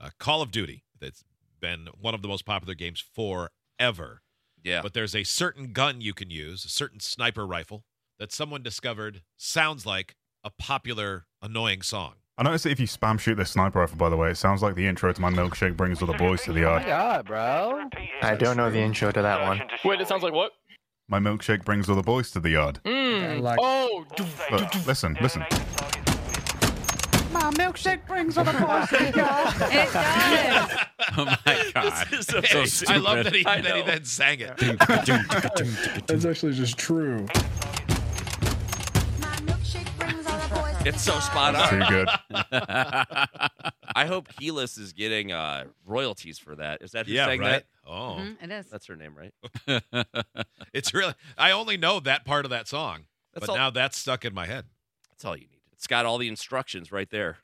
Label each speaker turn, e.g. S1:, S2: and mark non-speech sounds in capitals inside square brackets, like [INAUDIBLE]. S1: uh, Call of Duty that's been one of the most popular games forever.
S2: Yeah.
S1: But there's a certain gun you can use, a certain sniper rifle that someone discovered sounds like a popular annoying
S2: [LAUGHS]
S1: song.
S3: I noticed that if you spam shoot this sniper rifle, by the way, it sounds like the intro to my milkshake brings all the boys to the
S4: Oh
S3: yard.
S4: my god, bro.
S5: I don't know the intro to that one.
S6: Wait, it sounds like what?
S3: My milkshake brings all the boys to the yard.
S6: Mm.
S4: Like-
S6: oh, doof.
S3: Look, listen, listen.
S4: My milkshake brings all the boys to the yard.
S7: It does.
S8: Oh
S2: [LAUGHS]
S8: my god.
S1: This is
S8: So
S1: amazing. I love that he,
S6: I
S1: that he
S6: know.
S1: then sang
S2: [LAUGHS]
S1: it. [LAUGHS]
S9: That's actually just true.
S2: It's so spot
S3: Too
S2: on.
S3: good.
S2: [LAUGHS] I hope Keyless is getting uh, royalties for that. Is that who
S1: Yeah,
S2: sang
S1: right.
S2: that?
S1: Oh,
S7: Mhm, it is.
S2: That's her name, right?
S1: it's really. I only know that part of that song,
S2: That's
S1: but
S2: all.
S1: now that's stuck in my head.
S2: That's all you need. It's got all the instructions right there.